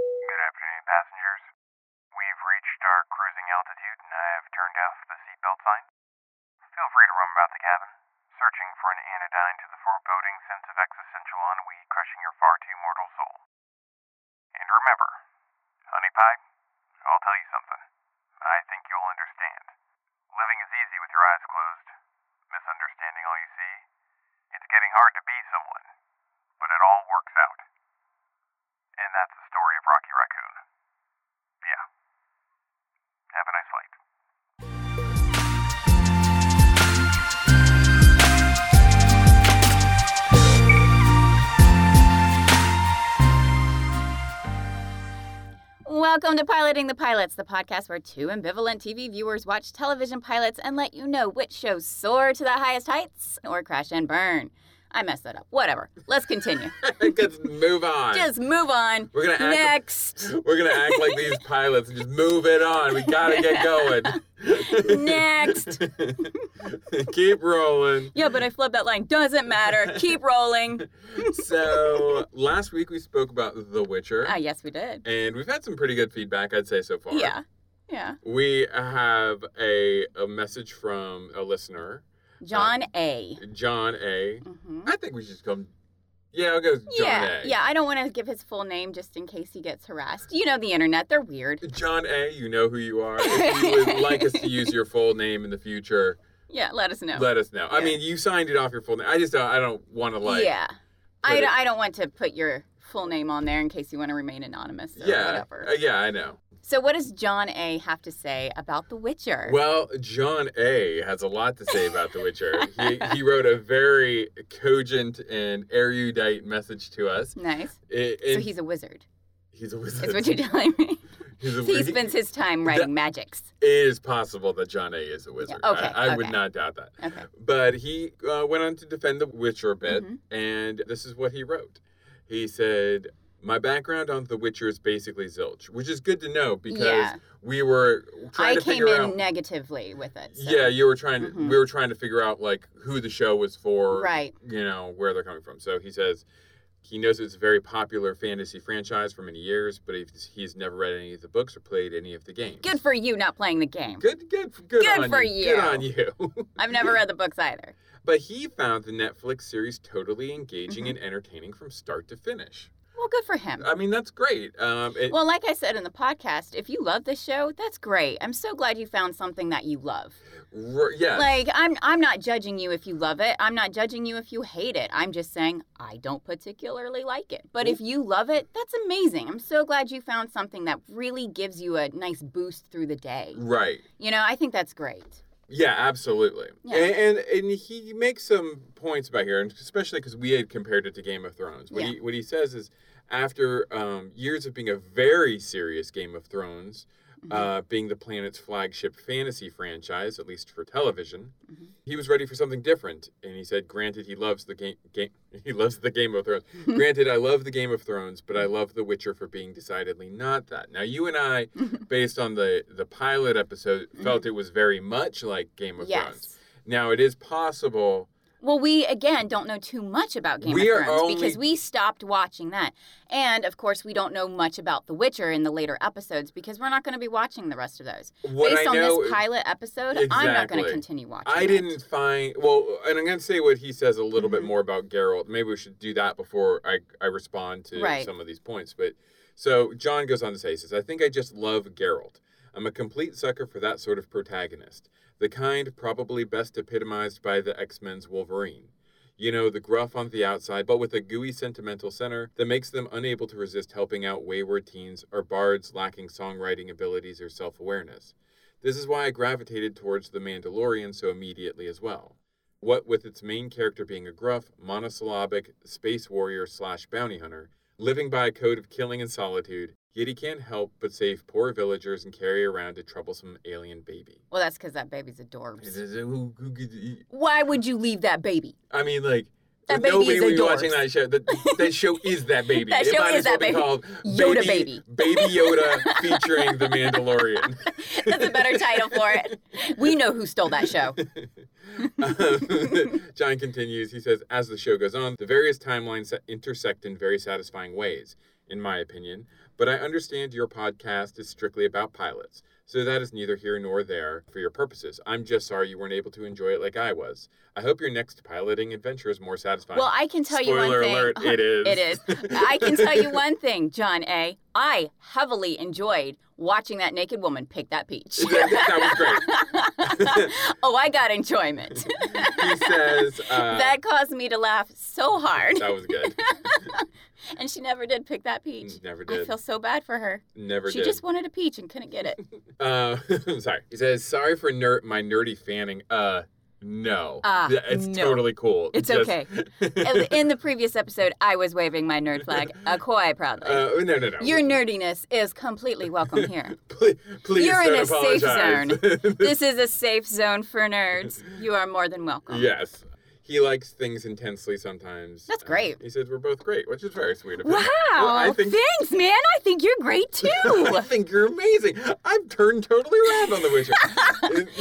afternoon, passengers. We've reached our cruising altitude and I have turned off the seatbelt sign. Feel free to roam about the cabin, searching for an anodyne to the foreboding sense of existential ennui crushing your far too mortal soul. And remember, honey pie, I'll tell you something. I think you'll understand. Living is easy with your eyes closed, misunderstanding all you see. It's getting hard to be someone, but it all works out. And that's the story of Rocky Raccoon. Yeah. Have a nice flight. Welcome to Piloting the Pilots, the podcast where two ambivalent TV viewers watch television pilots and let you know which shows soar to the highest heights or crash and burn. I messed that up. Whatever. Let's continue. Let's move on. Just move on. We're gonna act- next. We're gonna act like these pilots and just move it on. We gotta get going. Next. Keep rolling. Yeah, but I flubbed that line. Doesn't matter. Keep rolling. So last week we spoke about The Witcher, Ah, yes, we did. and we've had some pretty good feedback, I'd say so far. Yeah. Yeah. We have a a message from a listener, John A. John A. hmm I think we should just come. Yeah, I'll go with John Yeah. A. Yeah. I don't want to give his full name just in case he gets harassed. You know the internet. They're weird. John A. You know who you are. If you would like us to use your full name in the future, Yeah. Let us know. let us know. I Yeah. mean, you signed it off your full name. I just don't, I don't want to like. yeah. put I, it- don't- I don't want to put your full name on there in case you want to remain anonymous or yeah, whatever. uh, yeah, I know. So, what does John A have to say about The Witcher? Well, John A. has a lot to say about The Witcher. he, he wrote a very cogent and erudite message to us. nice. I- So, and he's a wizard, he's a wizard. is what you're telling me. He's a so, he wizard. spends his time writing magics. It is possible that John A. is a wizard. okay, I, I would okay. not doubt that. Okay. But he uh, went on to defend The Witcher a bit, Mhm. and this is what he wrote. He said, My background on The Witcher is basically zilch, which is good to know because Yeah. we were I trying to came figure in out. negatively with it. so- Yeah, you were trying to. Mhm. We were trying to figure out like who the show was for, Right. You know where they're coming from. So he says he knows it's a very popular fantasy franchise for many years, but he's, he's never read any of the books or played any of the games. Good for you not playing the game. good, good, good, Good on for Good you. on you. I've never read the books either. but he found the Netflix series totally engaging Mm-hmm. and entertaining from start to finish. Well, good for him. I mean, that's great. Um, it, well, like I said in the podcast, if you love this show, that's great. I'm so glad you found something that you love. r- yes. Like I'm I'm not judging you if you love it. I'm not judging you if you hate it. I'm just saying I don't particularly like it. Mm-hmm. But if you love it, that's amazing. I'm so glad you found something that really gives you a nice boost through the day. right. You know, I think that's great. Yeah, absolutely. Yeah. And, and and he makes some points about here, and especially because we had compared it to Game of Thrones. What Yeah. he what he says is, after um, years of being a very serious Game of Thrones, Mm-hmm. uh, being the planet's flagship fantasy franchise, at least for television, Mhm. he was ready for something different. And he said, "Granted, he loves the game. game he loves the Game of Thrones. Granted, I love the Game of Thrones, but I love The Witcher for being decidedly not that." Now, you and I, based on the the pilot episode, felt it was very much like Game of Mm-hmm. yes. Thrones. Now, it is possible. Well, we again don't know too much about Game We of are Thrones only- because we stopped watching that. And of course, we don't know much about The Witcher in the later episodes because we're not going to be watching the rest of those. What Based I on know, this pilot episode, I'm not going Exactly. to continue watching. I it. didn't find well, and I'm gonna say what he says a little Mm-hmm. bit more about Geralt. Maybe we should do that before I, I respond to Right. some of these points. But so John goes on to say, he says, I think I just love Geralt. I'm a complete sucker for that sort of protagonist. The kind probably best epitomized by the X-Men's Wolverine. You know, the gruff on the outside, but with a gooey sentimental center that makes them unable to resist helping out wayward teens or bards lacking songwriting abilities or self awareness. This is why I gravitated towards The Mandalorian so immediately as well. What with its main character being a gruff, monosyllabic space warrior slash bounty hunter, living by a code of killing and solitude, yet he can't help but save poor villagers and carry around a troublesome alien baby. Well, that's because that baby's adorbs. Who- who could- Why would you leave that baby? I mean, like. That baby nobody is would be adorbs. watching that show. That, that show is that baby. That it show might is as well that be baby. called Yoda Baby Yoda featuring the Mandalorian. That's a better title for it. We know who stole that show. Um, John continues. He says, as the show goes on, the various timelines intersect in very satisfying ways. in my opinion, but I understand your podcast is strictly about pilots, so that is neither here nor there for your purposes. I'm just sorry you weren't able to enjoy it like I was. I hope your next piloting adventure is more satisfying. Well, I can tell you Spoiler one thing. alert, it is. It is. I can tell you one thing, John A. I heavily enjoyed watching that naked woman pick that peach. that, that was great. oh, I got enjoyment. he says uh, that caused me to laugh so hard. that was good. And she never did pick that peach. Never I did. feel so bad for her. Never she did. just wanted a peach and couldn't get it. Uh, sorry. He says, "Sorry for ner- my nerdy fanning." Uh, no. Ah, Yeah, it's no. totally cool. It's Just- Uh, okay. In- In the previous episode, I was waving my nerd flag, a koi proudly. Uh, no, no, no. Your nerdiness is completely welcome here. Please, please You're in don't a safe apologize. this is a safe zone for nerds. You are more than welcome. yes. He likes things intensely sometimes. That's Uh, great. he says we're both great, which is very sweet of him. Wow. Well, I think Thanks, man. I think you're great I too. think you're amazing. I've turned totally around on the Witcher.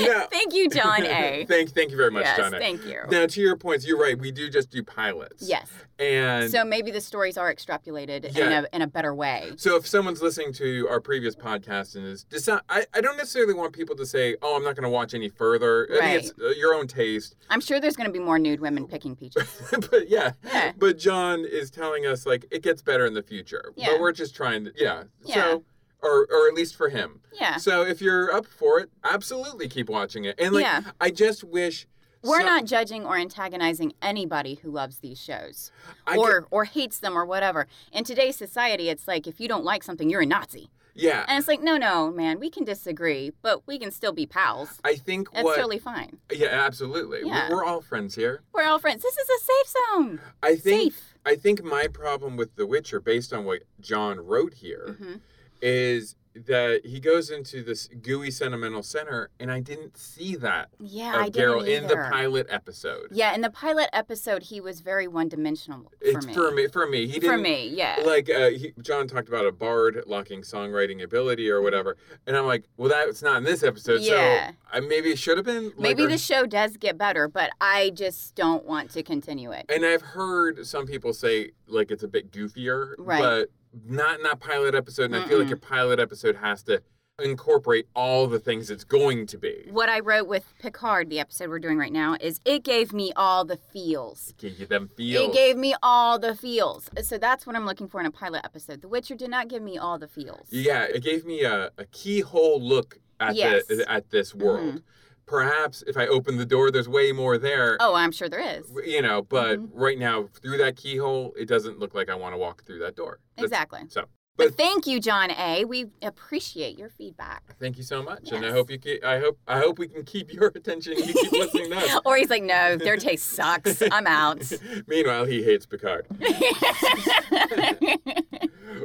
Uh, no. thank you, John A. thank, thank you very much, yes, John. A. thank you. Now, to your points, you're right. We do just do pilots. Yes. And So maybe the stories are extrapolated Yeah. in, a, in a better way. So if someone's listening to our previous podcast and is decide, I, I don't necessarily want people to say, "Oh, I'm not going to watch any further." I think it's uh, your own taste, I'm sure there's going to be more nude women picking peaches. but yeah. Yeah. But John is telling us like it gets better in the future, Yeah. but we're just trying to, yeah. Yeah. So, or or at least for him. Yeah. So if you're up for it, absolutely keep watching it. And like, Yeah. I just wish We're some- not judging or antagonizing anybody who loves these shows I get- or or hates them or whatever. In today's society, it's like if you don't like something, you're a Nazi. yeah. And it's like, no, no, man, we can disagree, but we can still be pals. I think That's what. totally fine. yeah, absolutely. We- Yeah. We're all friends here. We're all friends. This is a safe zone. I think Safe. I think my problem with The Witcher, based on what John wrote here, hmm is that he goes into this gooey sentimental center, and I didn't see that Yeah, I of didn't Geralt in the either. pilot episode. Yeah, in the pilot episode, he was very one-dimensional for it's me. for me. For me, he For didn't. me, yeah. Like uh, he, John talked about a bard locking songwriting ability or whatever, and I'm like, well, that's not in this episode, Yeah. so I, maybe it should have been. like, Maybe or- the show does get better, but I just don't want to continue it. And I've heard some people say like it's a bit goofier, Right. but not in that pilot episode. And I feel like Mm-mm. your pilot episode has to incorporate all the things it's going to be. What I wrote with Picard, the episode we're doing right now, is it gave me all the feels. Give you them feels. It gave me all the feels. So that's what I'm looking for in a pilot episode. The Witcher did not give me all the feels. yeah, it gave me a, a keyhole look at Yes. Mm-hmm. the at this world. Perhaps if I open the door, there's way more there. Oh, I'm sure there is. You know, but Mhm. right now through that keyhole, it doesn't look like I want to walk through that door. That's- Exactly. So, But but- thank you, John A. We appreciate your feedback. Thank you so much, and I Yes. hope you. Keep, I hope I hope we can keep your attention. and You keep listening to us. or he's like, no, their taste sucks. I'm out. Meanwhile, he hates Picard.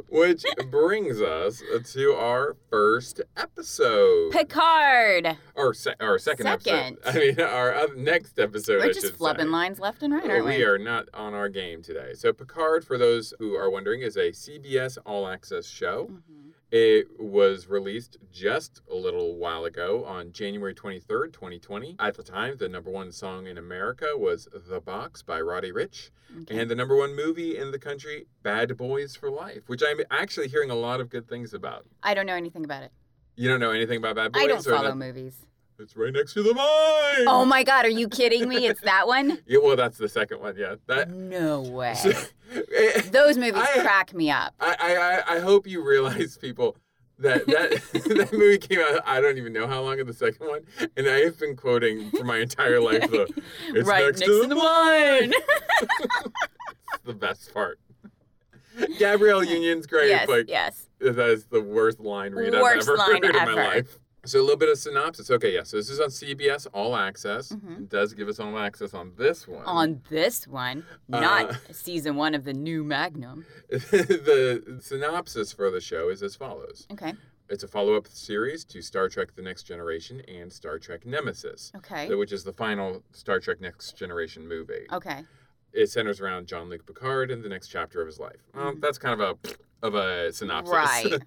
Which brings us to our first episode. Picard. or, se- or second, Second. episode. I mean, our oth- next episode. I We're just should flubbing say. lines left and right, aren't we? we are not on our game today. So, Picard, for those who are wondering, is a CBS All Access show. Mhm. It was released just a little while ago on January 23rd, 2020. At the time, the number one song in America was The Box by Roddy Rich. Okay. And the number one movie in the country, Bad Boys for Life, which I'm actually hearing a lot of good things about. I don't know anything about it. You don't know anything about Bad Boys? I don't or follow not- movies. It's right next to the mine. Oh my God, are you kidding me? It's that one? Yeah, well, that's the second one. Yeah. That. No way. I, Those movies I- crack me up. I, I I hope you realize, people, that that that movie came out. I don't even know how long of the second one, and I have been quoting for my entire life the "It's right next, next, to, to the the wine. It's the best part. Gabrielle Union's great, yes, but yes. That is the worst line read Worst I've ever line heard in ever. my life. So a little bit of synopsis. Okay, yeah. So this is on CBS All Access. Mhm. It does give us all access on this one. On this one, not um, Uh, season one of the new Magnum. the synopsis for the show is as follows. Okay, It's a follow-up series to Star Trek: The Next Generation and Star Trek Nemesis, okay, Oh. which is the final Star Trek Next Generation movie. okay. It centers around John Luke Picard and the next chapter of his life. Well, Mhm. that's kind of a of a synopsis. Right.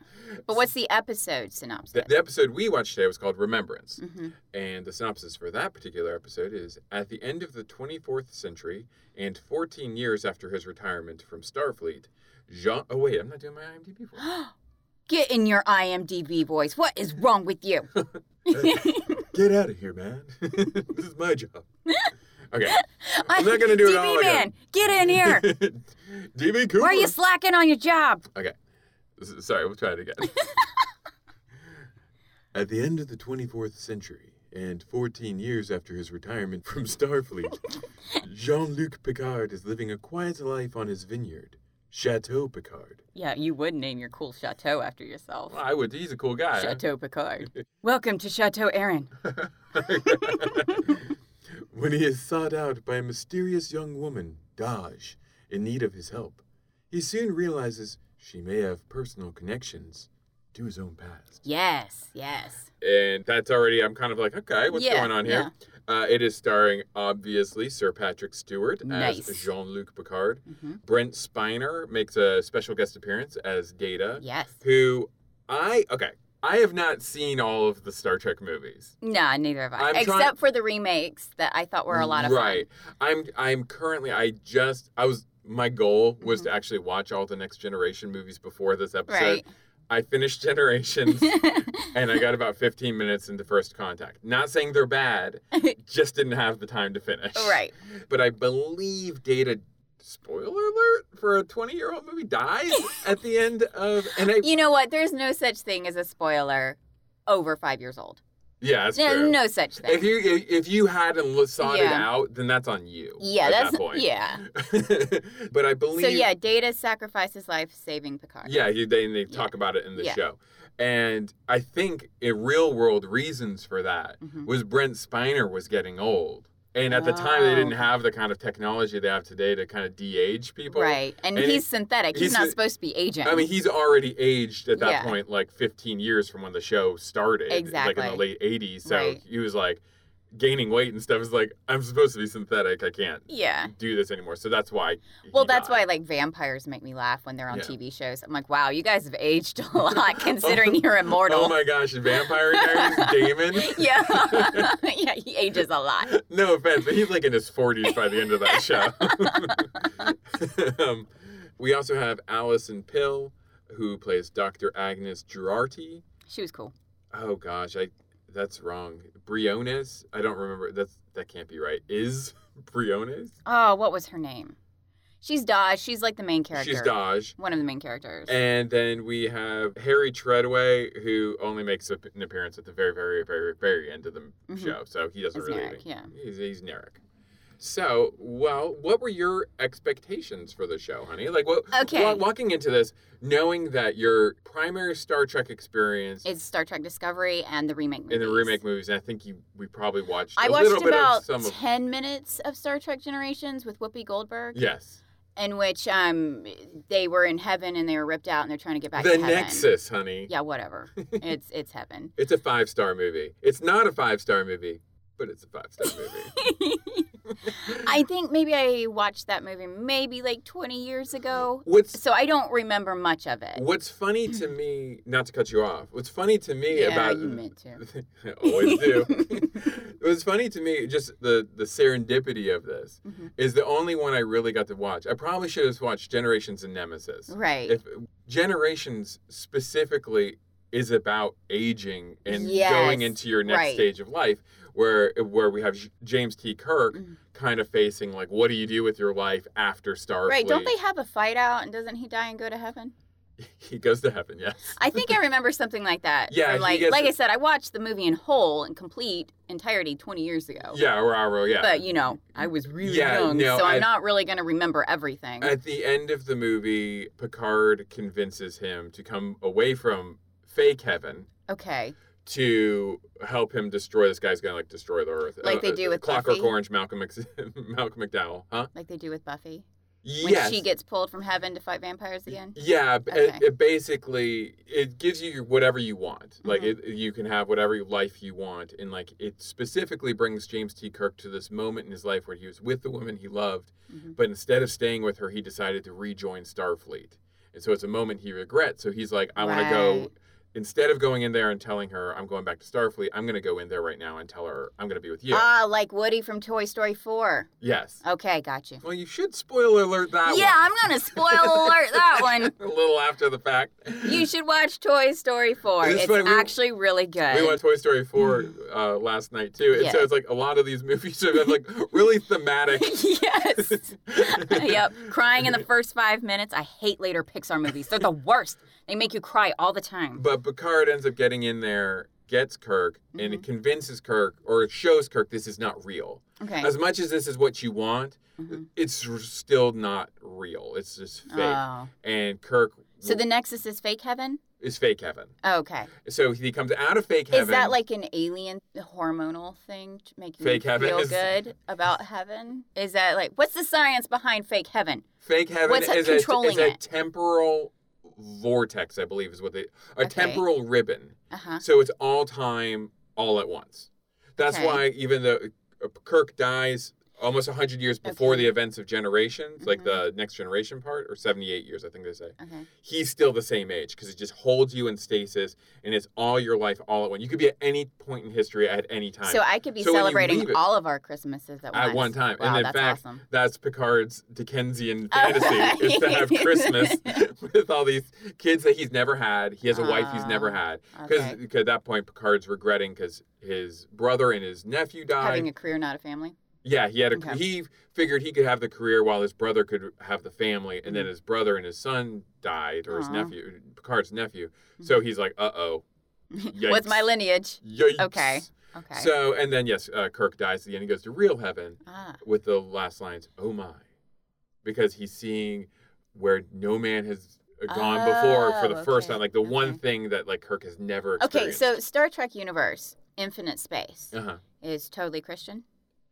But what's the episode synopsis? the, the episode we watched today was called Remembrance. hmm And the synopsis for that particular episode is At the end of the 24th century and 14 years after his retirement from Starfleet, Jean. Oh, wait, I'm not doing my IMDb for Get in your IMDb voice. What is wrong with you? Get out of here, man. this is my job. Okay. I'm not going to do it DB all man, get in here. again. DB Cooper. Why are you slacking on your job? S- Sorry, we'll try it again. At the end of the 24th century, and 14 years after his retirement from Starfleet, Jean Luc Picard is living a quiet life on his vineyard, Chateau Picard. Yeah, you would name your cool chateau after yourself. I would. He's a cool guy. Chateau Picard. Welcome to Chateau Aaron. when he is sought out by a mysterious young woman, Daj, in need of his help, he soon realizes she may have personal connections to his own past. Yes, yes. and that's already I'm kind of like, okay, what's Yeah, going on here? Uh, it is starring obviously Sir Patrick Stewart as Nice. Jean-Luc Picard. hmm Brent Spiner makes a special guest appearance as Data, Yes. who I okay, I have not seen all of the Star Trek movies. Nah, neither have I. I'm Except trying- for the remakes that I thought were a lot of right. I'm I'm currently I just I was my goal was to actually watch all the Next Generation movies before this episode. fun. Mm-hmm. Right. I finished Generations and I got about 15 minutes into First Contact. Not saying they're bad, just didn't have the time to finish. right. But I believe Data, spoiler alert, for a 20 year old movie dies at the end of. And I, You know what? There's no such thing as a spoiler over five years old. yeah, that's No, true. no such thing. If you if- if you hadn't lo- sought it Yeah. out, then that's on you. yeah, at that's that point. yeah. but I believe. So yeah, Data sacrifices life saving Picard. Yeah, you, they, they Yeah. talk about it in the Yeah. show. And I think in real world reasons for that Mhm. was Brent Spiner was getting old. And at the time, they didn't Oh. have the kind of technology they have today to kind of de-age people. Right, and, And he's synthetic. He's, he's not a- supposed to be aging. I mean, he's already aged at that Yeah. point, like 15 years from when the show started, like in Exactly. the late 80s. So Right. he was like gaining weight and stuff. Is like, I'm supposed to be synthetic. I can't yeah. do this anymore. So that's why. he Well, that's died. why like vampires make me laugh when they're on Yeah. TV shows. I'm like, wow, you guys have aged a lot considering you're immortal. Oh my gosh, Vampire Diaries, Damon. yeah, yeah, he ages a lot. No offense, but he's like in his 40s by the end of that show. um, we also have Allison Pill, who plays Dr. Agnes Girardi. She was cool. Oh gosh, I that's wrong. Briones, I don't remember. That's that can't be right. Is Briones? Oh, what was her name? She's Dodge. She's like the main character. She's Dodge. One of the main characters. And then we have Harry Treadway, who only makes a- an appearance at the very, very, very, very end of the Mhm. show. So he doesn't As really. Narek, yeah. He's, he's Narek. So, well, what were your expectations for the show, honey? Like, what? Okay. wa- walking into this, knowing that your primary Star Trek experience It's Star Trek Discovery and the remake. Movies. in the remake movies, and I think you we probably watched I a watched little bit about of some of. ten minutes of Star Trek Generations with Whoopi Goldberg, Yes. in which um they were in heaven and they were ripped out and they're trying to get back the to heaven. Nexus, honey. Yeah, whatever. it's it's heaven. It's a five star movie. It's not a five star movie, but it's a five star movie. I think maybe I watched that movie maybe like 20 years ago. What's So I don't remember much of it. What's funny to me, not to cut you off, what's funny to me yeah, about you meant to. I always do. what's funny to me, just the the serendipity of this Mhm. is the only one I really got to watch. I probably should have watched Generations and Nemesis. Right. If Generations specifically is about aging and Yes, going into your next right. stage of life, where where we have J- James T. Kirk Mhm. kind of facing like, what do you do with your life after Starfleet? right. Don't they have a fight out and doesn't he die and go to heaven? He goes to heaven. Yes. I think I remember something like that. Yeah, from he like gets- like I said, I watched the movie in whole and complete entirety 20 years ago. Yeah, Raro, yeah. But you know, I was really Yeah, young, no, so I'm I- not really going to remember everything. At the end of the movie, Picard convinces him to come away from fake heaven okay. to help him destroy this guy's gonna like destroy the earth. Like they do with Clockwork Buffy? Orange, Malcolm X, Malcolm McDowell, huh? Like they do with Buffy. When Yes. she gets pulled from heaven to fight vampires again. Yeah, b- it, Okay. it basically it gives you whatever you want. Like Mm-hmm. it, you can have whatever life you want, and like it specifically brings James T. Kirk to this moment in his life where he was with the woman he loved, Mhm. but instead of staying with her, he decided to rejoin Starfleet. And so it's a moment he regrets. So he's like, I want to go. Right. Instead of going in there and telling her, I'm going back to Starfleet, I'm going to go in there right now and tell her, I'm going to be with you. Ah, like Woody from Toy Story 4. yes. Okay, got you. Well, you should spoiler alert that uh, yeah, one. I'm gonna spoil alert that one. a little after the fact. You should watch Toy Story 4. It's It's funny, we- actually really good. we watched Toy Story 4 uh, last night too. And so Mm-hmm. Yeah. it's like a lot of these movies have been like really thematic. yes. yep. Crying in the first five minutes. I hate later Pixar movies. They're the worst. They make you cry all the time. But Picard ends up getting in there, gets Kirk, and Mm-hmm. it convinces Kirk or shows Kirk this is not real. Okay. As much as this is what you want, Mhm. it's r- still not real. It's just fake. Oh. and Kirk So the Nexus is fake heaven? is fake heaven. Okay. So he comes out of fake heaven. Is that like an alien hormonal thing to make you Fake feel heaven is- good about heaven? Is that like what's the science behind fake heaven? fake heaven what's is, a, controlling is a it? temporal vortex, I believe is what they a Okay. temporal ribbon. Uh-huh. So it's all time, all at once. That's Okay. why even though uh, Kirk dies almost 100 years before Okay. the events of Generations, like the Mm-hmm. Next Generation part, or 78 years, I think they say, Okay. he's still the same age because it just holds you in stasis and it's all your life all at once. You could be at any point in history at any time. So I could be So when you leave celebrating it- all of our Christmases at, at once. one time. Wow, and in that's fact, awesome. that's Picard's Dickensian Oh. fantasy is to have Christmas with all these kids that he's never had. He has a wife he's never Oh, had. Because Okay. at that point, Picard's regretting because his brother and his nephew died. Having a career, not a family. yeah, he had a, Okay. he figured he could have the career while his brother could have the family, and then his brother and his son died, or his Mm-hmm. Aw. nephew, Picard's nephew. So he's like, uh oh, Mm-hmm. What's my Yikes. lineage? yikes. Okay. Okay. So and then yes, uh, Kirk dies at the end. He goes to real heaven ah, with the last lines, "Oh my," because he's seeing where no man has gone before for the Oh, first okay, time, like the one okay. thing that like Kirk has never okay. experienced. So Star Trek universe, infinite space, uh-huh. is totally Christian.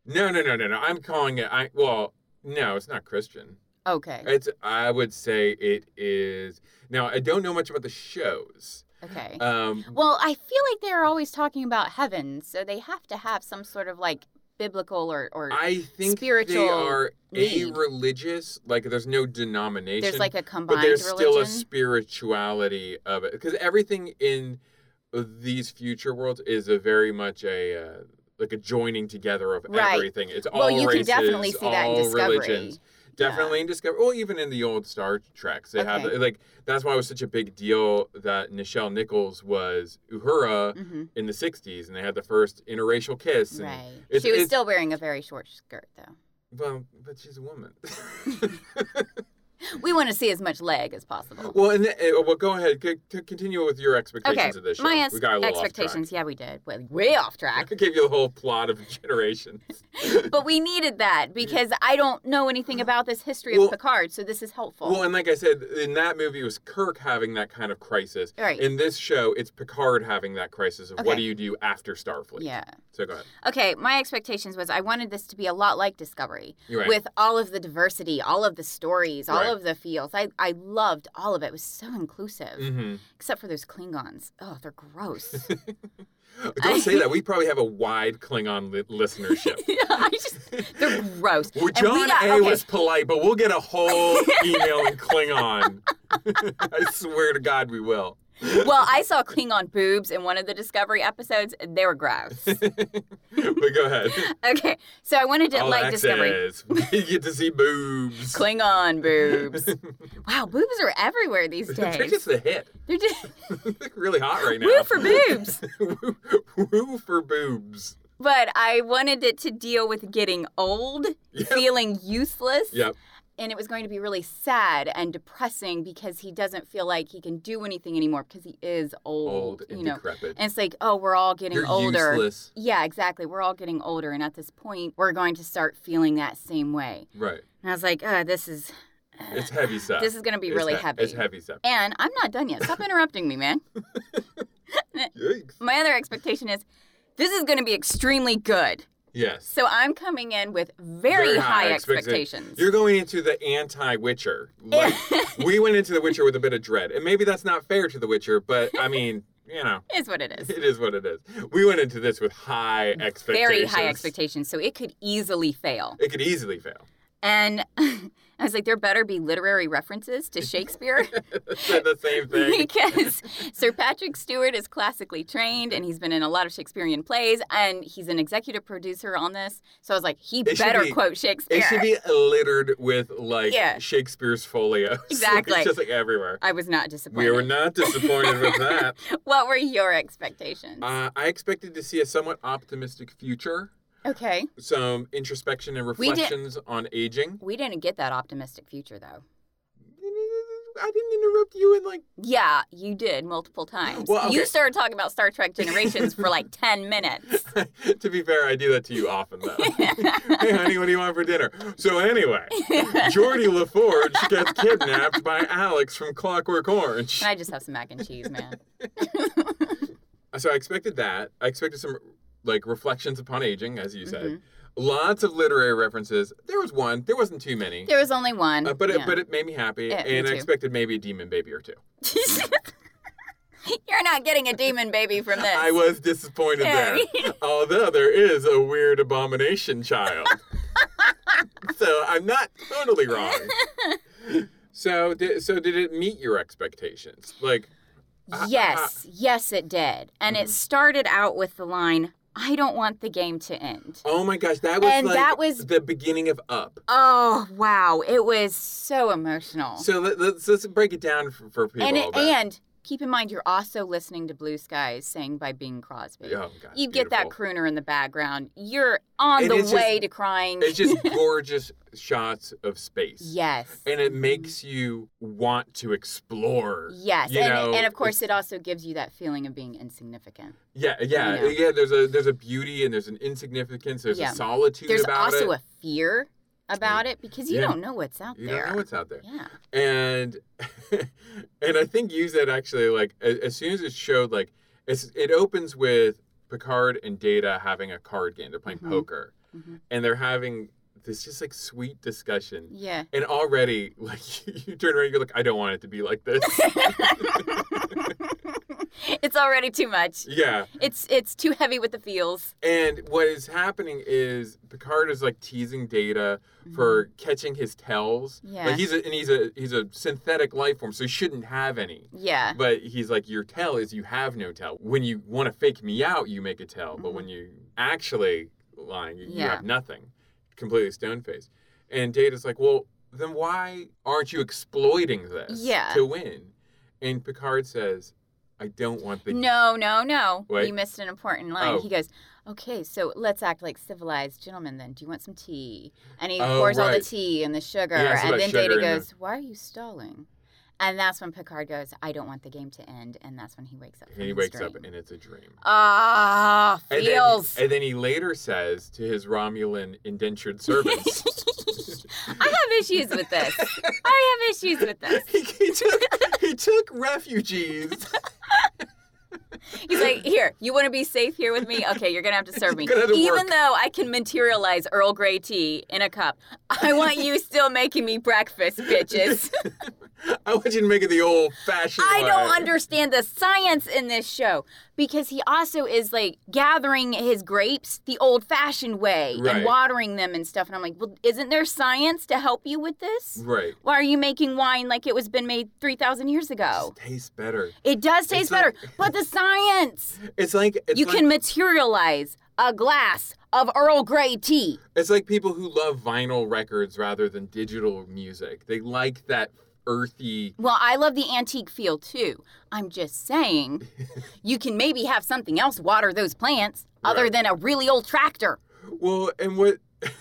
no, no, no, no, no. I'm calling it. I well, no, it's not Christian. Okay. It's I would say it is. Now I don't know much about the shows. Okay. Um, well, I feel like they're always talking about heaven, so they have to have some sort of like biblical or or I think they spiritual are a need. religious. Like there's no denomination. there's like a but combined there's religion. still a spirituality of it because everything in these future worlds is a very much a uh, like a joining together of Right. everything. It's all well, you races, can definitely see that in all Discovery. religions. Definitely in Discovery. Well, even in the old Star Treks, they have Okay. the- like that's why it was such a big deal that Nichelle Nichols was Uhura hmm in the '60s, and they had the first interracial kiss. And, Right. it's- she was it's- still wearing a very short skirt, though. Well, but she's a woman. We want to see as much leg as possible. well, and uh, well, go ahead. C- c- continue with your expectations okay. of this show. My we ex- got a little off track. expectations. Yeah, we did. Way, way off I track. could give you the whole plot of Generations. but we needed that because I don't know anything about this history of Well- Picard, so this is helpful. well, and like I said, in that movie, it was Kirk having that kind of crisis. Right. In this show, it's Picard having that crisis of what Okay. do you do after Starfleet? yeah. So go ahead. Okay, my expectations was I wanted this to be a lot like Discovery You're right. with all of the diversity, all of the stories, all Right. of the feels. I, I loved all of it. It was so inclusive, hmm except for those Klingons. Oh, they're gross. Don't say that. We probably have a wide Klingon li- listenership. I just, they're gross. Well, And we John got- A okay, was polite, but we'll get a whole email in Klingon. I swear to God, we will. Well, I saw Klingon boobs in one of the Discovery episodes. and They were gross. But go ahead. okay, so I wanted to All like Discovery. access. We get to see boobs. Klingon boobs. wow, boobs are everywhere these They're days. just a hit. They're just They're really hot right now. woo for boobs. woo, woo for boobs. But I wanted it to deal with getting old, Yep. feeling useless. Yep. And it was going to be really sad and depressing because he doesn't feel like he can do anything anymore because he is old, Old and you know. decrepit. And it's like, oh, we're all getting You're older. useless. Yeah, exactly. We're all getting older. And at this point, we're going to start feeling that same way. Right. And I was like, oh, this is It's heavy stuff. this is going to be It's really he- heavy. It's heavy stuff. And I'm not done yet. Stop interrupting me, man. Eh. Yikes. My other expectation is this is going to be extremely good. Yes. So I'm coming in with very, Very high high, expecta- expectations. You're going into the anti-Witcher. Like, we went into the Witcher with a bit of dread, and maybe that's not fair to the Witcher, but I mean, you know, is what it is. it is what it is. We went into this with high expectations. Very high expectations. So it could easily fail. It could easily fail. And I was like, there better be literary references to Shakespeare. Said the same thing. because Sir Patrick Stewart is classically trained and he's been in a lot of Shakespearean plays and he's an executive producer on this. So I was like, he should better be- quote Shakespeare. It should be littered with like Yeah. Shakespeare's folios. Like, Exactly. Oh just like everywhere. I was not We disappointed. were not disappointed with that. What were your expectations? Uh, I expected to see a somewhat optimistic future, okay. some introspection and We did- reflections on aging. We didn't get that optimistic future though. I didn't interrupt you in like Yeah, you did multiple times. Well, You okay. started talking about Star Trek Generations for like 10 minutes. to be fair, I do that to you often, though. hey, honey, what do you want for dinner? So, anyway, Jordy LaForge gets kidnapped by Alex from Clockwork Orange. Can I just have some mac and cheese, man? So, I expected that. I expected some, like, reflections upon aging, as you said. Mhm. Lots of literary references. There was one, there wasn't too many. There was only one. Uh, but, Yeah. it, but it made me happy, Yeah, me and I too. expected maybe a demon baby or two. You're not getting a demon baby from this. I was disappointed Yeah. there. Although there is a weird abomination child. so I'm not totally wrong. So did, so did it meet your expectations? Like Yes, yes, it did. And it started out with the line, I don't want the game to end. oh my gosh, that was And like that was- the beginning of Up. Oh, wow. It was so emotional. So let, let's let's break it down for, for people. Oh. and, it, that- and keep in mind, you're also listening to Blue Skies sang by Bing Crosby. oh, God, you get that beautiful. crooner in the background. You're on And the it's just- way to crying. It's just gorgeous shots of space. yes. And it makes you want to explore. Yes, you and, know, and of course it's- it also gives you that feeling of being insignificant. Yeah, yeah, know. yeah. There's a there's a beauty and there's an insignificance. There's Yeah. a solitude There's about also it. a fear about it because you Yeah. don't know what's out you there. don't know what's out there, yeah. and and I think you said actually like as, as soon as it showed like it's it opens with Picard and Data having a card game. They're playing Mhm. poker Mhm. and they're having this just like sweet discussion. Yeah. And already like you turn around, and you're like, I don't want it to be like this. it's already too much. yeah, It's it's too heavy with the feels. And what is happening is Picard is like teasing Data for Mm-hmm. catching his tells. Yeah. Like he's a, and he's a he's a synthetic life form, so he shouldn't have any. Yeah. But he's like, your tell is you have no tell. When you want to fake me out, you make a tell. But when you actually lying, you, you Mm-hmm. Yeah. have nothing. Completely stone faced. And Data's like, well, then why aren't you exploiting this Yeah. to win? And Picard says, I don't want the No, no, no. Wait. You missed an important line. Oh. He goes, "Okay, so let's act like civilized gentlemen. Then, do you want some tea?" And he Oh, pours all the right. tea and the sugar, He asks and about then sugar Data and the- goes, "Why are you stalling?" And that's when Picard goes, "I don't want the game to end." And that's when he wakes up. And he wakes up and it's a dream. ah And then- feels. And then, he later says to his Romulan indentured servants, I have issues with this. I have issues with this. he, he took, he took refugees. He's like, here, you want to be safe here with me? Okay, you're gonna have to serve me. You're gonna have to Even work. though I can materialize Earl Grey tea in a cup, I want you still making me breakfast, bitches. I want you to make it the old fashioned I don't understand the science in this show because he also is like gathering his grapes the old-fashioned way Right. and watering them and stuff. And I'm like, well, isn't there science to help you with this? Right. Why are you making wine like it was been made three thousand years ago? It tastes better. It does taste It's like- better, but the science. It's like it's you like, can materialize a glass of Earl Grey tea. it's like people who love vinyl records rather than digital music. They like that earthy. Well, I love the antique feel too. I'm just saying, you can maybe have something else water those plants other Right. than a really old tractor. Well, and what? yeah,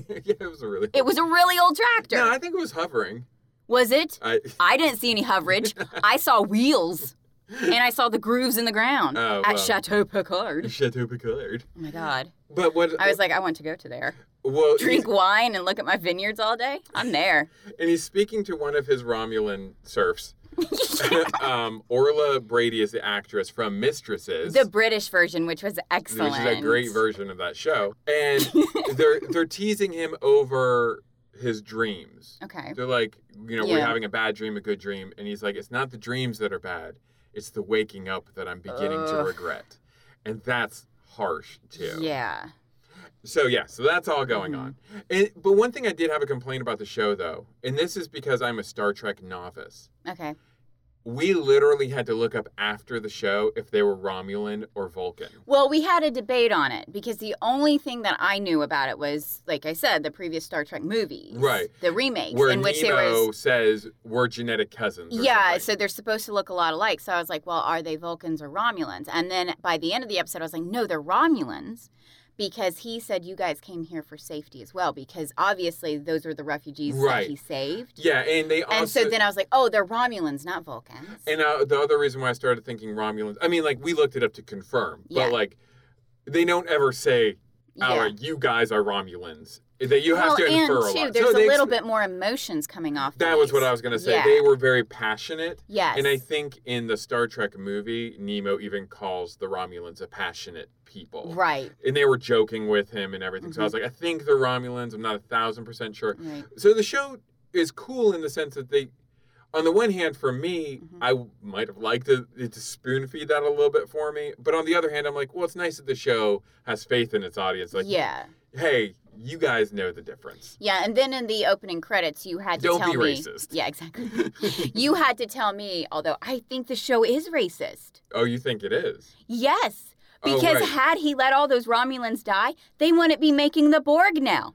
it was a really. It was a really old tractor. no, I think it was hovering. was it? I I didn't see any hoverage. I saw wheels and I saw the grooves in the ground Oh, at wow. Chateau Picard. Chateau Picard. Oh my God. But what? I was like, I want to go to there. well, Drink wine and look at my vineyards all day. I'm there. and he's speaking to one of his Romulan serfs. um, Orla Brady is the actress from Mistresses. The British version, which was which excellent. is a great version of that show. And they're they're teasing him over his dreams. Okay. They're like, you know, we're Yeah. having a bad dream, a good dream, and he's like, it's not the dreams that are bad, it's the waking up that I'm beginning to Ugh. regret, and that's harsh too. Yeah. So yeah, so that's all going Mhm. on. And, but one thing I did have a complaint about the show though, and this is because I'm a Star Trek novice. Okay. We literally had to look up after the show if they were Romulan or Vulcan. Well, we had a debate on it because the only thing that I knew about it was, like I said, the previous Star Trek movies, Right. The remakes, Where in which Nemo there was says we're genetic cousins. or Yeah, something. so they're supposed to look a lot alike. So I was like, well, are they Vulcans or Romulans? And then by the end of the episode, I was like, no, they're Romulans because he said you guys came here for safety as well because obviously those were the refugees Right. that he saved. yeah, and they also And so then I was like, oh, they're Romulans, not Vulcans. And uh, the other reason why I started thinking Romulans, I mean, like we looked it up to confirm, Yeah. but like they don't ever say, "Oh, yeah. you guys are Romulans." That you have well, to and infer a too, lot. there's So they a little expl- bit more emotions coming off. That these. was what I was gonna say. Yeah. They were very passionate, Yes. and I think in the Star Trek movie, Nemo even calls the Romulans a passionate people. right. And they were joking with him and everything. So I Mhm. was like, I think the Romulans. I'm not a thousand percent sure. Right. So the show is cool in the sense that they, on the one hand, for me, Mhm. I might have liked it, it to spoon feed that a little bit for me. But on the other hand, I'm like, well, it's nice that the show has faith in its audience. Like, yeah. hey, you guys know the difference. Yeah, and then in the opening credits, you had to Don't tell be me. racist. Yeah, exactly. you had to tell me, although I think the show is racist. Oh, you think it is? Yes, Oh, because right. had he let all those Romulans die, they wouldn't be making the Borg now.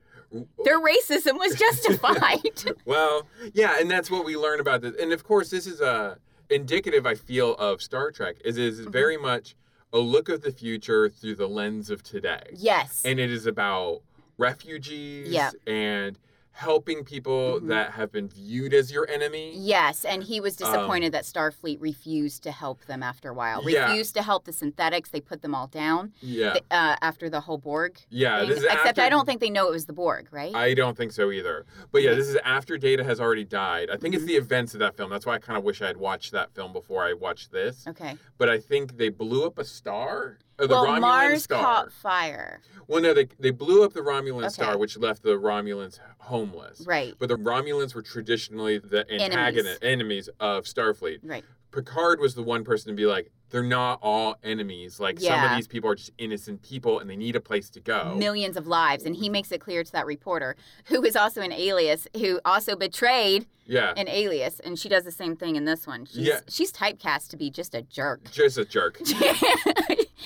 Their racism was justified. Well, yeah, and that's what we learn about this. And of course, this is a indicative I feel of Star Trek is it is Mhm. very much a look of the future through the lens of today. yes. and it is about refugees Yeah. and helping people Mhm. that have been viewed as your enemy. Yes, and he was Um, disappointed that Starfleet refused to help them after a while. Yeah. Refused to help the synthetics. They put them all down Yeah. th- uh, after the whole Borg. yeah, thing. this is Except after, I don't think they know it was the Borg, right? I don't think so either. But yeah, this is after Data has already died. I think it's Mhm. the events of that film. That's why I kind of wish I had watched that film before I watched this. okay. But I think they blew up a star, or the well, Romulan Mars star. caught fire. Well, no, they they blew up the Romulan Okay. star, which left the Romulans homeless. Right. But the Romulans were traditionally the Enemies. antagonist enemies of Starfleet. Right. Picard was the one person to be like, they're not all enemies. Like some Yeah. of these people are just innocent people and they need a place to go. Millions of lives. And he makes it clear to that reporter, who is also an alias, who also betrayed yeah. an alias. And she does the same thing in this one. She's, Yeah. she's typecast to be just a jerk. Just a jerk.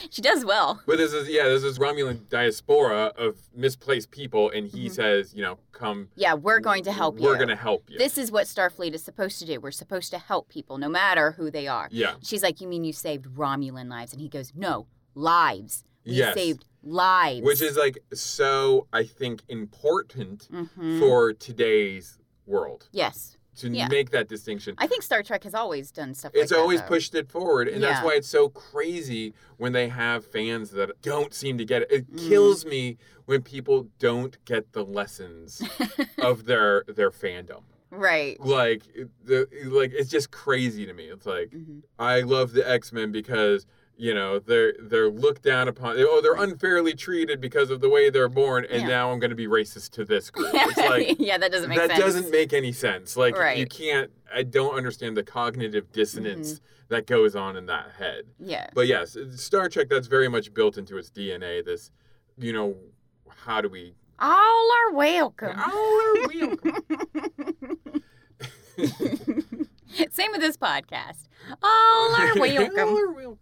she does well. But this is yeah, this is Romulan diaspora of misplaced people and he Mhm. says, you know, come Yeah, we're going to help you. We're gonna help you. This is what Starfleet is supposed to do. We're supposed to help people, no matter who they are. yeah. She's like, You mean you saved Romulan lives? And he goes, No, lives. We Yes. saved lives. Which is like so I think important Mhm. for today's world. Yes. To Yeah. make that distinction. I think Star Trek has always done stuff like It's that. always though. pushed it forward, and that's Yeah. why it's so crazy when they have fans that don't seem to get it. It Mm. kills me when people don't get the lessons of their their fandom. Right. Like it- the like, it's just crazy to me. It's like hmm I love the X Men because you know they're they're looked down upon. Oh, they're unfairly treated because of the way they're born, and Yeah. now I'm going to be racist to this group. It's like. yeah, that doesn't make that sense. doesn't make any sense. Like you Right. can't. I don't understand the cognitive dissonance Mm-hmm. that goes on in that head. Yeah. But yes, it's- Star Trek. That's very much built into its DNA. This, you know, how do we? All are welcome. Oh, we- Same with this podcast. All are All welcome. are welcome.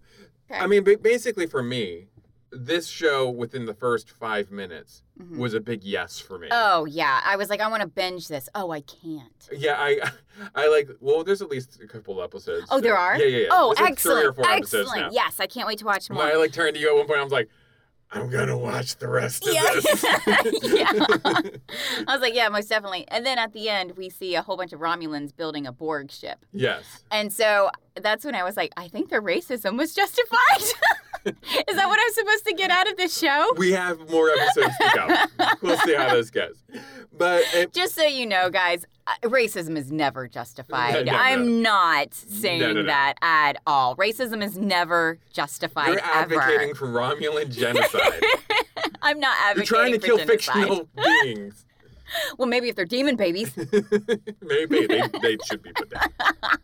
I mean, ba- basically for me, this show within the first five minutes Mhm. was a big yes for me. Oh yeah, I was like, I want to binge this. Oh, I can't. Yeah, I, I like. Well, there's at least a couple episodes. Oh, there that- are. Yeah, yeah, yeah. Oh, There's, like, excellent. Three or four episodes excellent. now. Yes, I can't wait to watch When I more. like turned to you at one point, I was like, I'm gonna watch the rest of Yeah. this. Yeah. I was like, yeah, most definitely. And then at the end, we see a whole bunch of Romulans building a Borg ship. yes. And so that's when I was like, I think their racism was justified. Is that what I'm supposed to get out of this show? We have more episodes to go. we'll see how this goes. But it, Just so you know, guys, uh, racism is never justified. No, no, I'm not no, saying no. that at all. Racism is never justified you're advocating ever. for Romulan genocide. I'm not you're advocating trying to for kill genocide. fictional beings. Well, maybe if they're demon babies. Maybe they, they should be put down.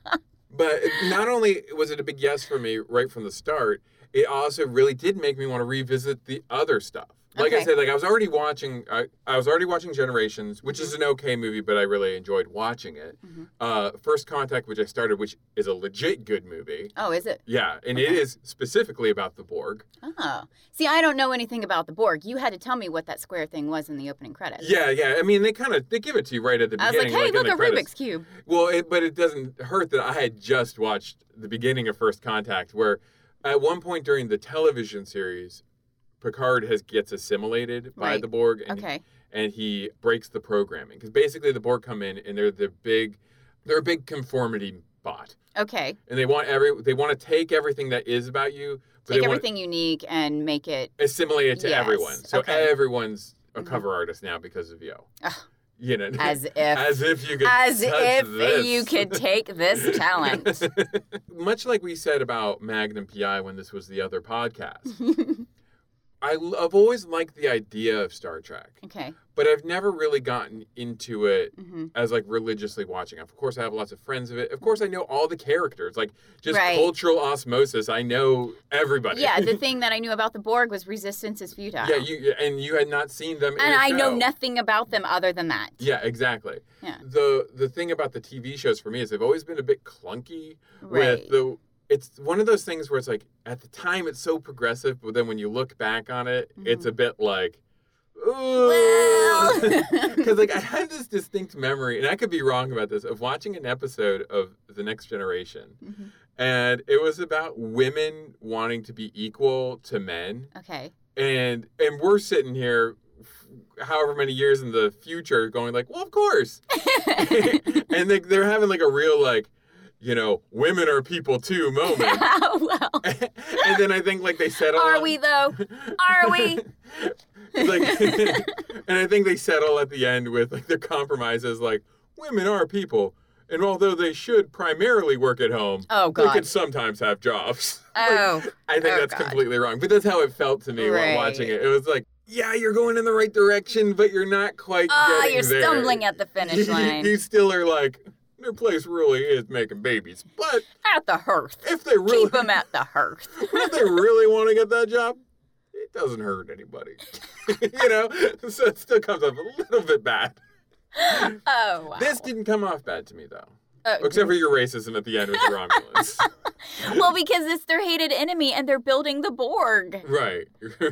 But not only was it a big yes for me right from the start, it also really did make me want to revisit the other stuff. Like I Okay. said, like I was already watching. I, I was already watching Generations, which is an okay movie, but I really enjoyed watching it. Mhm. Uh, First Contact, which I started, which is a legit good movie. Oh, is it? Yeah, and it Okay. is specifically about the Borg. Oh. See, I don't know anything about the Borg. You had to tell me what that square thing was in the opening credits. Yeah, yeah. I mean, they kind of they give it to you right at the I was like, beginning. hey, in look, the a credits. Rubik's Cube. Well, it, but it doesn't hurt that I had just watched the beginning of First Contact, where at one point during the television series, Picard has gets assimilated by Right. the Borg, and, Okay. and he breaks the programming because basically the Borg come in and they're the big, they're a big conformity bot, Okay. and they want every they want to take everything that is about you, but Take they want everything unique and make it. to assimilate it to Yes, everyone. So okay. everyone's a Mhm. cover artist now because of yo. Ugh. You know, As if. as if you could As touch if this. you could take this talent. Much like we said about Magnum PI when this was the other podcast, I, have always liked the idea of Star Trek, okay. but I've never really gotten into it hmm as like religiously watching. Of course, I have lots of friends of it. Of course, I know all the characters. Like just Right. cultural osmosis, I know everybody. Yeah, the thing that I knew about the Borg was resistance is futile. yeah. You and you had not seen them, in and the I know show. nothing about them other than that. Yeah, exactly. Yeah. The the thing about the TV shows for me is they've always been a bit clunky. Right. with the it's one of those things where it's like at the time it's so progressive but then when you look back on it it's Mhm. a bit like Well. because like i have this distinct memory and i could be wrong about this of watching an episode of the next generation Mhm. and it was about women wanting to be equal to men Okay. and and we're sitting here however many years in the future going like well of course and they, they're having like a real like you know women are people too moment well, and then I think like they settle. are on- we though? Are we? like, and I think they settle at the end with like their compromises, like women are people, and although they should primarily work at home, Oh they God. could sometimes have jobs. Like, Oh. I think oh, that's God. completely wrong, but that's how it felt to me while watching Right. it. It was like, yeah, you're going in the right direction, but you're not quite. Ah, getting you're there. stumbling at the finish You- line. You, you still are like. Their place really is making babies, but at the hearth. if they really Keep them at the hearth. if they really want to get that job, it doesn't hurt anybody. you know? So it still comes off a little bit bad. Oh, wow. This didn't come off bad to me, though. Oh, Except for your racism at the end with the Romulans. well, because it's their hated enemy and they're building the Borg. right.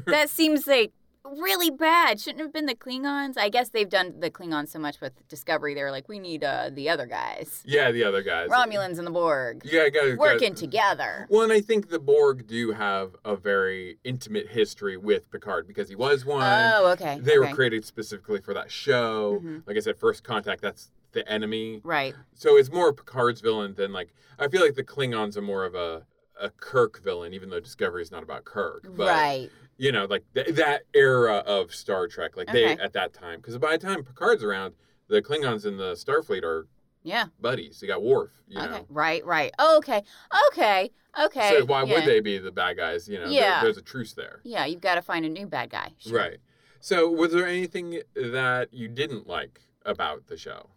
That seems like really bad. Shouldn't have been the Klingons. I guess they've done the Klingons so much with Discovery. They were like, we need uh, the other guys. yeah, the other guys. Romulans and the Borg. Yeah, uh, gotta, Working gotta- together. Well, and I think the Borg do have a very intimate history with Picard because he was one. Oh, okay. they were okay. created specifically for that show. Mhm. Like I said, First Contact, that's the enemy. Right. So it's more Picard's villain than like I feel like the Klingons are more of a a Kirk villain, even though Discovery is not about Kirk. But, right. You know, like th- that era of Star Trek, like they Okay. at that time, because by the time Picard's around, the Klingons and the Starfleet are Yeah. buddies. They got Worf. You okay. know. Right, right. okay. Okay. Okay. So why yeah. would they be the bad guys? You know, There- Yeah. there's a truce there. Yeah, you've got to find a new bad guy. Sure. Right. So was there anything that you didn't like about the show?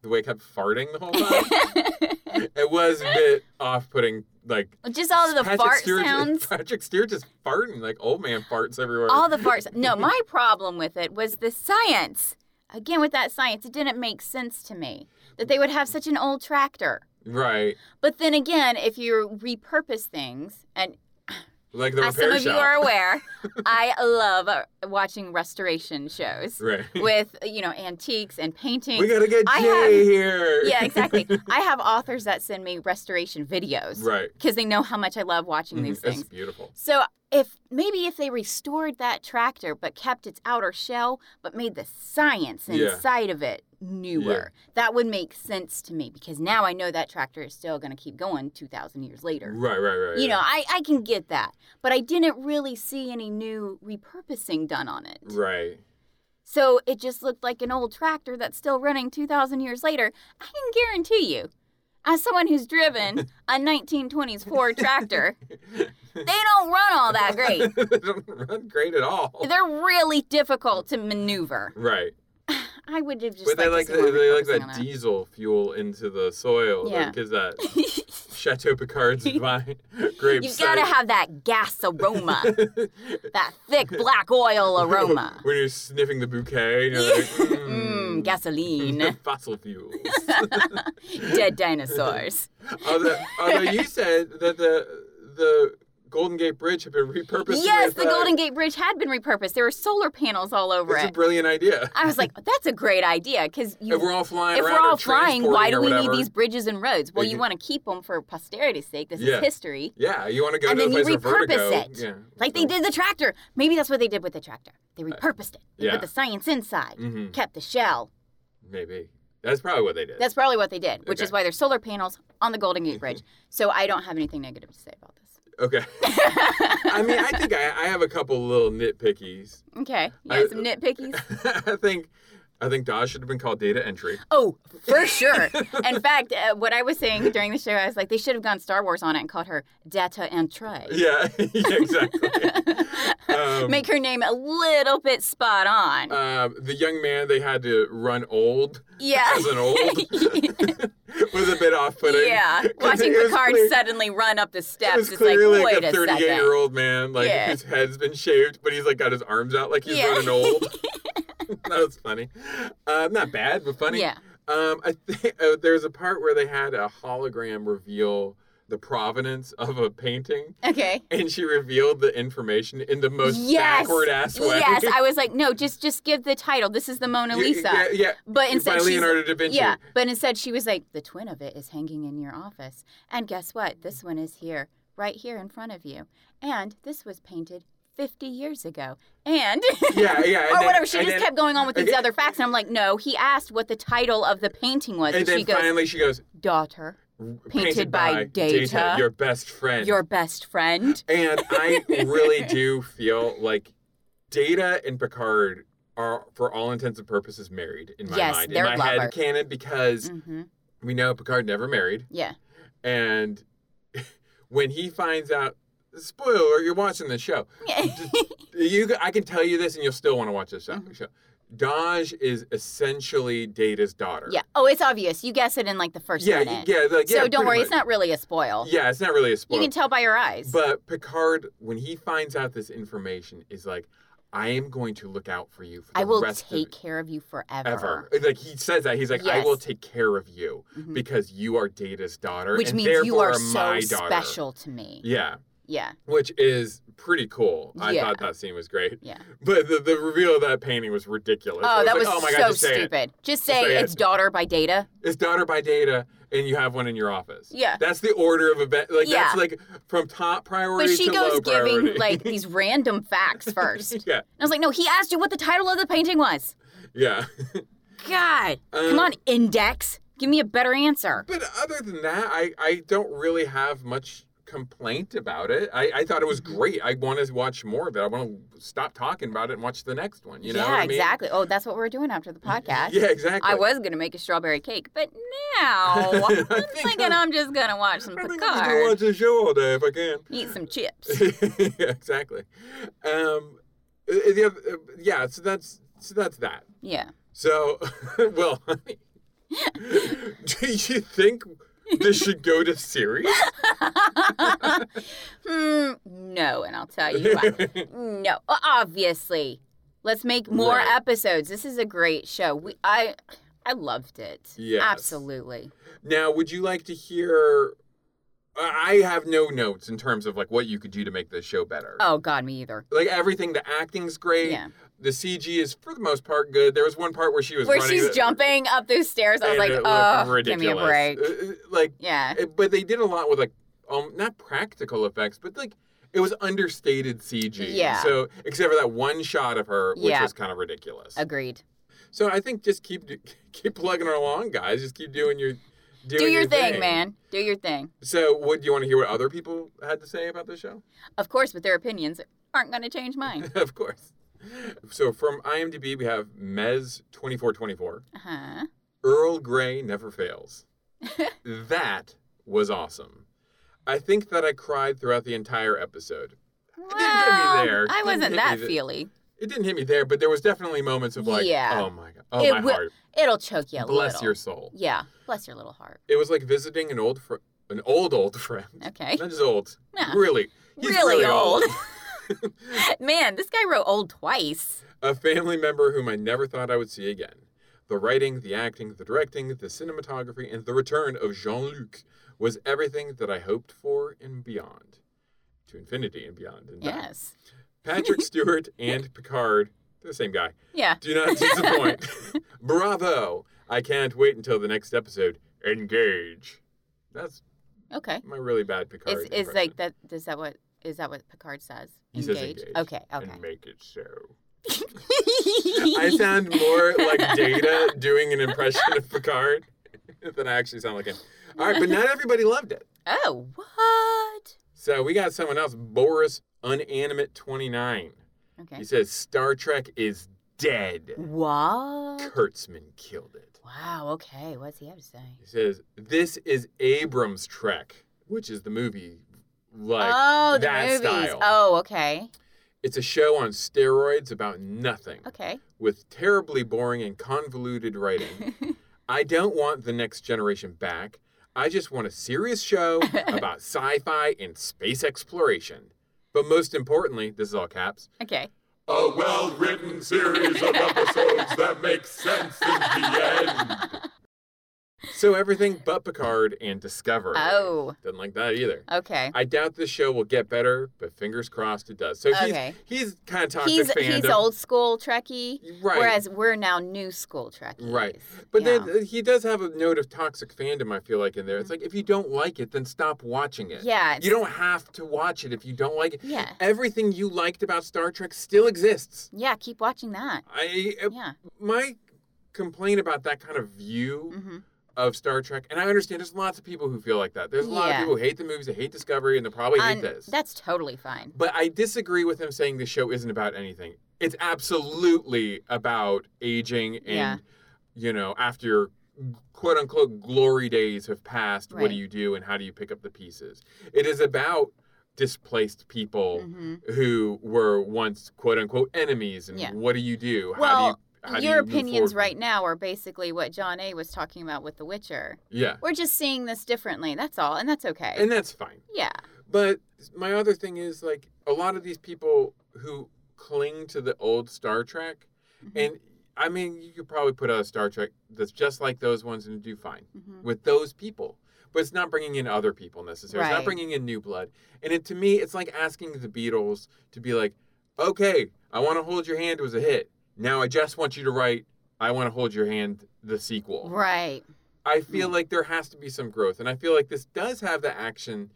The way it kept farting the whole time. It was a bit off-putting, like Just all of the Patrick fart Stewart, uh, sounds. Patrick Stewart just farting, like old man farts everywhere. All the farts. No, my problem with it was the science. Again, with that science, it didn't make sense to me that they would have such an old tractor. right, But then again, if you repurpose things, and like the as some repair of you shop. are aware, I love uh, watching restoration shows right. with uh, you know antiques and paintings. we gotta get I have- Jay here. yeah, exactly. I have authors that send me restoration videos right. because they know how much I love watching Mhm, these It's things. beautiful. So if maybe if they restored that tractor but kept its outer shell but made the science Yeah. inside of it newer, that would make sense to me because now I know that tractor is still going to keep going 2000 years later. Right, right, right. You yeah. know, I, I can get that, but I didn't really see any new repurposing done on it. Right. So it just looked like an old tractor that's still running 2,000 years later. I can guarantee you, as someone who's driven a 1920s Ford tractor, they don't run all that great. they don't run great at all. They're really difficult to maneuver. Right. I would have just but they liked like to the, see more they like repurposing that on diesel fuel into the soil. Yeah. Like, is that Chateau Picard's vine, grape You've got to cider. have that gas aroma, that thick black oil aroma. when you're sniffing the bouquet, you're like, Mmm, mm, gasoline, fossil fuels. dead dinosaurs. although, although you said that the the Golden Gate Bridge had been repurposed. yes, with, the uh, Golden Gate Bridge had been repurposed. There were solar panels all over It's a it. brilliant idea. I was like, that's a great idea because you. if we're all flying if around we're or all flying, why transporting do or we need whatever- these bridges and roads? Well, Yeah, you you- want to keep them for posterity's sake. This Yeah. is history. Yeah, you want to go and to then the you place where Vertigo. repurpose it. Yeah, Like they did the tractor. Maybe that's what they did with the tractor. They repurposed it. They Uh, yeah. put the science inside, hmm kept the shell. Maybe that's probably what they did. That's probably what they did, which is Okay. why there's solar panels on the Golden Gate Bridge. so I don't have anything negative to say about this. okay. I mean, I think I, I have a couple little nitpickies. Okay. You I- got some nitpickies? I think I think Dodge should have been called data entry. Oh, for sure. In fact, uh, what I was saying during the show, I was like, they should have gone Star Wars on it and called her Data and Trey. Yeah, yeah, exactly. um, Make her name a little bit spot on. um, the young man they had to run old yeah. as an old was a bit off-putting. yeah. 'Cause Watching it was Picard clear- suddenly run up the It steps. was it's like, clearly wait like, a a second. thirty-eight-year-old man, like Yeah. whose head's been shaved, but he's like got his arms out like he's Yeah. running old. that was funny. Uh, not bad, but funny. Yeah. Um, I think uh, there was a part where they had a hologram reveal the provenance of a painting, Okay. and she revealed the information in the most Yes. backward ass way. Yes, I was like, no, just just give the title. This is the Mona Yeah, Lisa. Yeah, yeah. But By instead, she's, Leonardo da Vinci. yeah. But instead, she was like, the twin of it is hanging in your office, and guess what? This one is here, right here in front of you, and this was painted. 50 years ago. And, Yeah, yeah, and or then- whatever. She and just then- kept going on with these okay. other facts. And I'm like, no, he asked what the title of the painting was. And And, then she goes, finally she goes, daughter, painted, Painted by Data, your best friend. your best friend. And I really do feel like Data and Picard are, for all intents and purposes, married in my Yes, mind. they're in my head lover. canon because hmm we know Picard never married. Yeah. And when he finds out, spoiler, you're watching the show. You, I can tell you this, and you'll still want to watch this show. Mhm. show. Dodge is essentially Data's daughter. yeah. Oh, it's obvious. You guess it in like the first Yeah, minute. yeah, like, yeah, so don't pretty worry, it's much. not really a spoil. Yeah, it's not really a spoiler. You can tell by your eyes. But Picard, when he finds out this information, is like, I am going to look out for you for the I will rest take of care of you forever. ever. Like he says that he's like, I Yes. will take care of you Mhm. because you are Data's daughter, Which and means you therefore are so my daughter. special to me. Yeah, Yeah. which is pretty cool. I Yeah. thought that scene was great, Yeah. but the, the reveal of that painting was ridiculous. I Oh, that like, was oh my so God, just say it. stupid. Just Just say say it. it's daughter by data. It's daughter by Data, and you have one in your office. Yeah. that's the order of event. Like Yeah. that's like from top But priority she to low goes giving priority. like these random facts first. And yeah, I was like, no, he asked you what the title of the painting was. yeah. God. Um, Come on, Index. Give me a better answer. But other than that, I, I don't really have much complaint about it. I, I thought it Mm-hmm. was great. I want to watch more of it. I want to stop talking about it and watch the next one. You know yeah, what I mean? exactly. Oh, that's what we're doing after the podcast. Yeah, exactly. I was gonna make a strawberry cake, but now I I'm think thinking I'm- I'm just gonna watch some I think I'm just gonna Picard, watch the show all day if I can. eat some chips. yeah, exactly. Um, uh, the other- uh, yeah. So that's so that's that. Yeah. So, well, I mean, do you think this should go to series? Hmm. No, and I'll tell you why. No, o- obviously. Let's make more Right. episodes. This is a great show. We, I, I loved it. Yes. absolutely. Now, would you like to hear? I I have no notes in terms of like what you could do to make this show better. Oh God, me either. Like everything, the acting's great. Yeah, The CG is for the most part good. There was one part where she was where running she's the- jumping up those stairs. I was and like, it looked oh, give me ridiculous. a break. Uh, uh, Like, Yeah, it- but they did a lot with like, um, not practical effects, but like it was understated CG. Yeah. So except for that one shot of her, which Yeah. was kind of ridiculous. agreed. So I think just keep do- keep plugging her along, guys. Just keep doing your doing Do your, thing, thing. man. Do your thing. So, would you want to hear what other people had to say about the show? Of course, but their opinions aren't going to change mine. of course. So, from IMDb, we have Mez twenty four twenty four. Uh huh. Earl Grey never fails. that was awesome. I think that I cried throughout the entire episode. Well, didn't hit me there. I Didn't hit wasn't me that there. feely. It didn't hit me there, but there was definitely moments of like, Yeah. oh my god, oh It my will- heart, It'll choke you a bless little. your soul. Yeah, bless your little heart. It was like visiting an old fr- an old old friend. Okay. Not just old. Nah. Really. He's Really really, old. Man, this guy wrote old twice. a family member whom I never thought I would see again. The writing, the acting, the directing, the cinematography, and the return of Jean Luc was everything that I hoped for and beyond. To infinity and beyond. And back. Yes. Patrick Stewart and Picard, they're the same guy, Yeah. do not disappoint. Bravo! I can't wait until the next episode. Engage. That's Okay. my really bad Picard. Is is impression. like that? Is that what? Is that what Picard says? He says engage Okay. Okay. And make it so. I sound more like Data doing an impression of Picard than I actually sound like him. All right, but not everybody loved it. oh, what? So we got someone else, Boris Unanimate29. Okay. He says Star Trek is dead. What? Kurtzman killed it. Wow. Okay. What does he have to say? He says this is Abrams Trek, which is the movie like oh, the that movies. style. Oh, okay. It's a show on steroids about nothing Okay. with terribly boring and convoluted writing. I don't want the next generation back. I just want a serious show about sci fi and space exploration. But most importantly, this is all caps okay. a well written series of episodes that makes sense in the end. So everything but Picard and Discover. Oh. Doesn't like that either. Okay. I doubt this show will get better, but fingers crossed it does. So he's, Okay. he's kind of toxic He's fandom. he's old school Trekkie, Right. whereas we're now new school Trekkies. Right. But yeah. Mm-hmm. then uh, he does have a note of toxic fandom, I feel like, in there. It's like, if you don't like it, then stop watching it. Yeah, it's- You don't have to watch it if you don't like it. Yeah. Everything you liked about Star Trek still exists. Yeah. Keep watching that. I, uh, Yeah. my complaint about that kind of view Mm-hmm. of Star Trek, and I understand there's lots of people who feel like that. There's a lot Yeah. of people who hate the movies, they hate Discovery, and they probably hate And this. That's totally fine. But I disagree with him saying the show isn't about anything. It's absolutely about aging and, Yeah. you know, after your quote unquote glory days have passed, what Right. do you do and how do you pick up the pieces? It is about displaced people hmm who were once quote unquote enemies and Yeah. what do you do? Well, how do you, how do Your you move opinions forward? right now are basically what John A was talking about with The Witcher. Yeah. We're just seeing this differently. That's all, and that's okay. And that's fine. yeah. But my other thing is like a lot of these people who cling to the old Star Trek, Mhm. and I mean, you could probably put out a Star Trek that's just like those ones and do fine Mhm. with those people. But it's not bringing in other people necessarily. It's Right. not bringing in new blood. And it, to me, it's like asking the Beatles to be like, okay, I Want to Hold Your Hand was a hit. Now I just want you to write I Want to Hold Your Hand, the sequel. Right. I feel like there has to be some growth. And I feel like this does have the action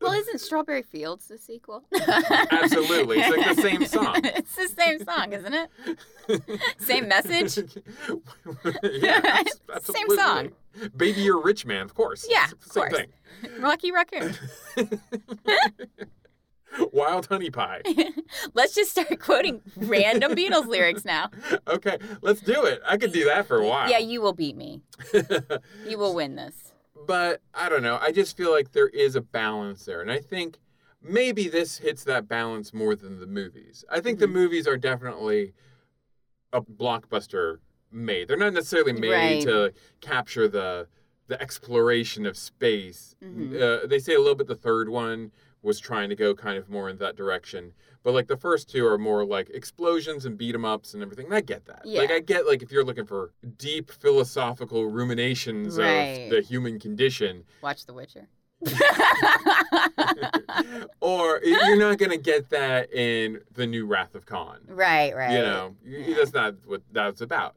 Well, isn't Strawberry Fields the sequel? Absolutely. It's like the same song. it's the same song, isn't it? Same message? yeah, abs- Same song. absolutely. Baby, you're a rich man, of course. Yeah, It's the of same course. Rocky Raccoon. thing. Wild honey pie. Let's just start quoting random Beatles lyrics now. Okay, let's do it. I could do that for a while. Yeah, you will beat me. You will win this. but I don't know. I just feel like there is a balance there, and I think maybe this hits that balance more than the movies. I think Mhm. the movies are definitely a blockbuster made. They're not necessarily made Right. to capture the the exploration of space. Mhm. Uh, they say a little bit the third one was trying to go kind of more in that direction. But like the first two are more like explosions and beat 'em ups and everything. And I get that. Like Yeah. I get like if you're looking for deep philosophical ruminations Right. of the human condition, Watch The Witcher. or you're not gonna get that in the new Wrath of Khan. right, right. You know, y- Yeah. that's not what that's about.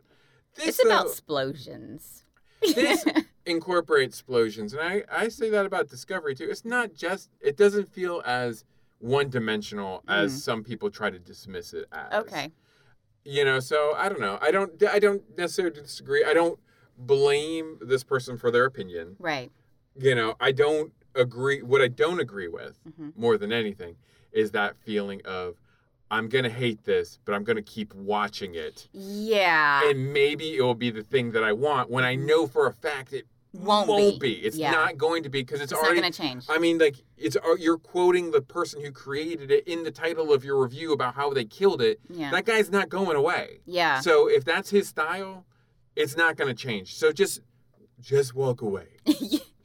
This, It's about though, explosions. this incorporates explosions, and I I say that about Discovery too. It's not just. It doesn't feel as one dimensional as Mm. some people try to dismiss it as. Okay. you know so i don't know i don't i don't necessarily disagree i don't blame this person for their opinion Right. you know i don't agree what i don't agree with Mhm. more than anything is that feeling of i'm gonna hate this but i'm gonna keep watching it Yeah. and maybe it will be the thing that i want when i know for a fact it Won't be. it's Yeah. not going to be because it's, it's not already going to change. I mean, like it's al- you're quoting the person who created it in the title of your review about how they killed it. yeah. That guy's not going away. yeah. So if that's his style, it's not going to change. So just just walk away.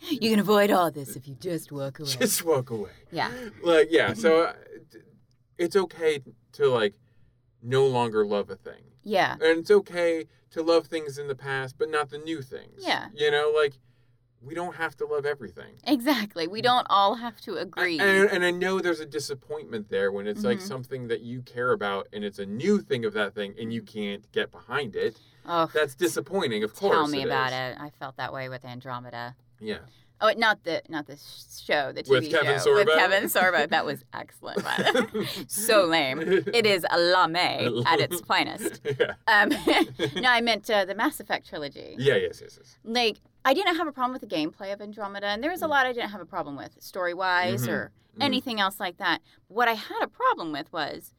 You can avoid all this if you just walk away. Just walk away. yeah. Like, yeah, so uh, Mm-hmm. d- it's okay to, like, no longer love a thing. Yeah. And it's okay to love things in the past, but not the new things. Yeah. You know, like, we don't have to love everything. Exactly. We don't all have to I- agree. and, and I know there's a disappointment there when it's like Mhm. something that you care about and it's a new thing of that thing and you can't get behind it. oh, That's disappointing, of course. tell me about is. it. I felt that way with Andromeda. Yeah. Oh, not the not the sh- show, the TV With Kevin show with Sorbo? Kevin Sorbo. That was excellent. by the way. so lame. It is a lame at its finest. yeah. Um, no, I meant uh, the Mass Effect trilogy. Yeah, yes, yes, yes. Like, I didn't have a problem with the gameplay of Andromeda, and there was a Mm. lot I didn't have a problem with story wise Mhm. or Mhm. anything else like that. What I had a problem with was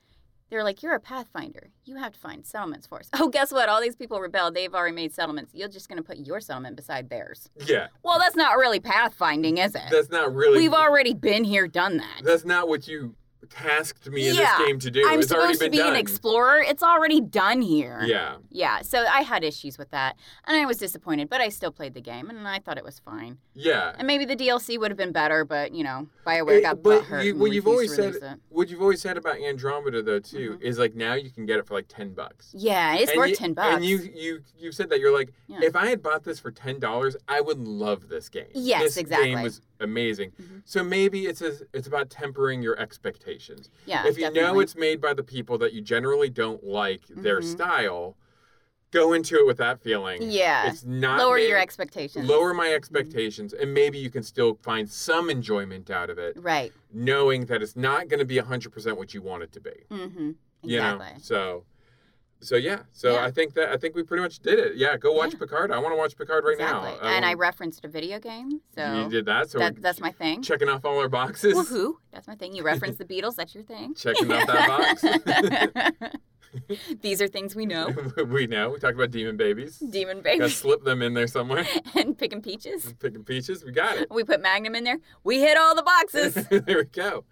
they're like, you're a pathfinder. You have to find settlements for us. Oh, guess what? All these people rebelled. They've already made settlements. You're just going to put your settlement beside theirs. Yeah. Well, that's not really pathfinding, is it? That's not really We've already been here, done that. That's not what you tasked me in Yeah, this game to do. I'm it's already supposed to been be done. an explorer. It's already done here. Yeah. Yeah, so I had issues with that, and I was disappointed, but I still played the game, and I thought it was fine. Yeah. And maybe the DLC would have been better, but you know, Bioware It- got Eh, but butthurt you- and what you've refused to always release it. What you've always said about Andromeda though too is like now you can get it for like ten bucks. Yeah, Mm-hmm. it's And worth you- ten bucks. And you you you said that you're like, Yeah. if I had bought this for ten dollars, I would love this game. Yes, this game exactly. was amazing. Mhm. So maybe it's a, it's about tempering your expectations. yeah, if you know definitely. it's made by the people that you generally don't like their Mhm. style, go into it with that feeling. Yeah. it's not lower your made- expectations. Lower my expectations, and maybe you can still find some enjoyment out of it, Right. knowing that it's not going to be 100% what you want it to be. Mm-hmm. You know? Exactly. So, so yeah. So Yeah. I think that I think we pretty much did it. Yeah, go watch Yeah. Picard. I want to watch Picard right exactly. now. and I Um, referenced a video game, so you did that. So that, we're that's my thing. checking off all our boxes. Woohoo! That's my thing. You reference the Beatles. That's your thing. Checking off that These are things we know. we know we talked about demon babies. Demon Got to babies slip them in there somewhere. and picking peaches. Picking peaches, we got it. We put Magnum in there. We hit all the boxes. there we go.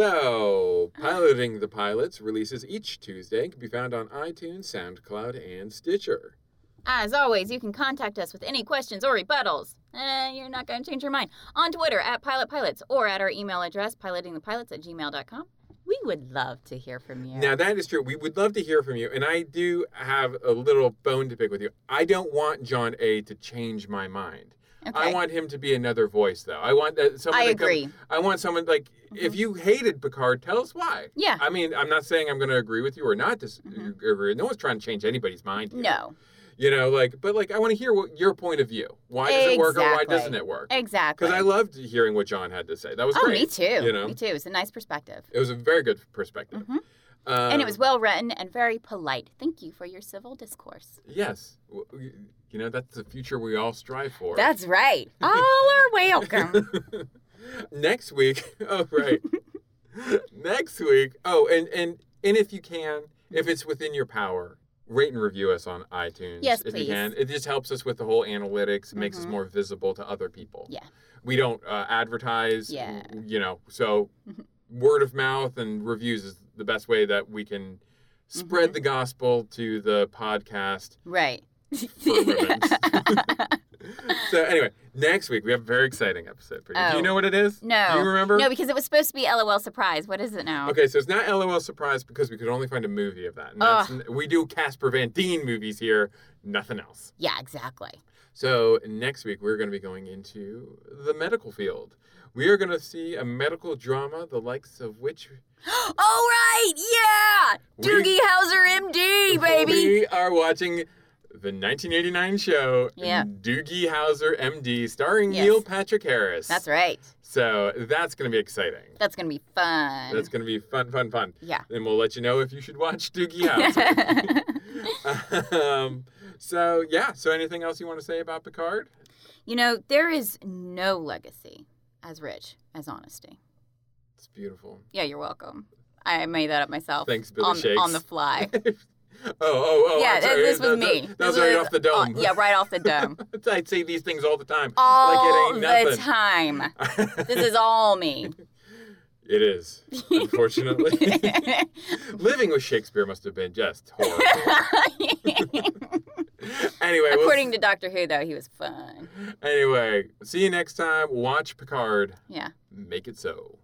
So, Piloting the Pilots releases each Tuesday and can be found on iTunes, SoundCloud, and Stitcher. As always, you can contact us with any questions or rebuttals. Eh, you're not going to change your mind. On Twitter at PilotPilots or at our email address, pilotingthepilots at gmail.com. We would love to hear from you. Now, that is true. We would love to hear from you. And I do have a little bone to pick with you. I don't want John A to change my mind. okay. I want him to be another voice, though. I want that someone. I to come- agree. Mm-hmm. I want someone like if you hated Picard, tell us why. Yeah. I mean, I'm not saying I'm going to agree with you or not. Dis- Mhm. agree. No one's trying to change anybody's mind. here. No. You know, like, but like, I want to hear what your point of view. Why does it work or why Exactly. doesn't it work? Exactly. Because I loved hearing what John had to say. That was oh, great. me too. You know, Me too. It's a nice perspective. it was a very good perspective. Mhm. Um, and it was well written and very polite. Thank you for your civil discourse. Yes, W- w- you know that's the future we all strive for. That's right. All are welcome. Next week. Oh, right. Next week. Oh, and and and if you can, if it's within your power. Rate and review us on iTunes Yes, if please. you can. It just helps us with the whole analytics, makes us Mhm. more visible to other people. Yeah. we don't uh, advertise. Yeah. Mm-hmm. w- You know, so word of mouth and reviews is the best way that we can spread Mm-hmm. the gospel to the podcast. right. For women. so anyway, next week we have a very exciting episode for you. Do Oh. you know what it is? no. Do you remember? No, because it was supposed to be LOL surprise. What is it now? Okay, so it's not LOL surprise because we could only find a movie of that. And that's, we do Casper Van Dien movies here, nothing else. Yeah, exactly. So next week we're going to be going into the medical field. We are going to see a medical drama the likes of which All right, yeah, We- Doogie Howser, MD, baby. We are watching the 1989 show Yeah. Doogie Howser, M.D., starring Yes. Neil Patrick Harris. That's right. So that's going to be exciting. That's gonna be fun. That's going to be fun, fun, fun. yeah. And we'll let you know if you should watch Doogie Howser. um, so yeah. So anything else you want to say about Picard? You know, there is no legacy as rich as honesty. It's beautiful. Yeah, you're welcome. I made that up myself. Thanks, Billy on, Shakes. on the fly. Oh, oh, oh! yeah, I'm th- sorry. this was That- me. That, that This was right was- off the dome. oh, yeah, right off the dome. I say these things all the time. All like it the ain't time. nothing. This is all me. it is, unfortunately. Living with Shakespeare must have been just horrible. anyway, we'll According to Doctor Who, though, he was fun. s- anyway, see you next time. Watch Picard. Yeah. Make it so.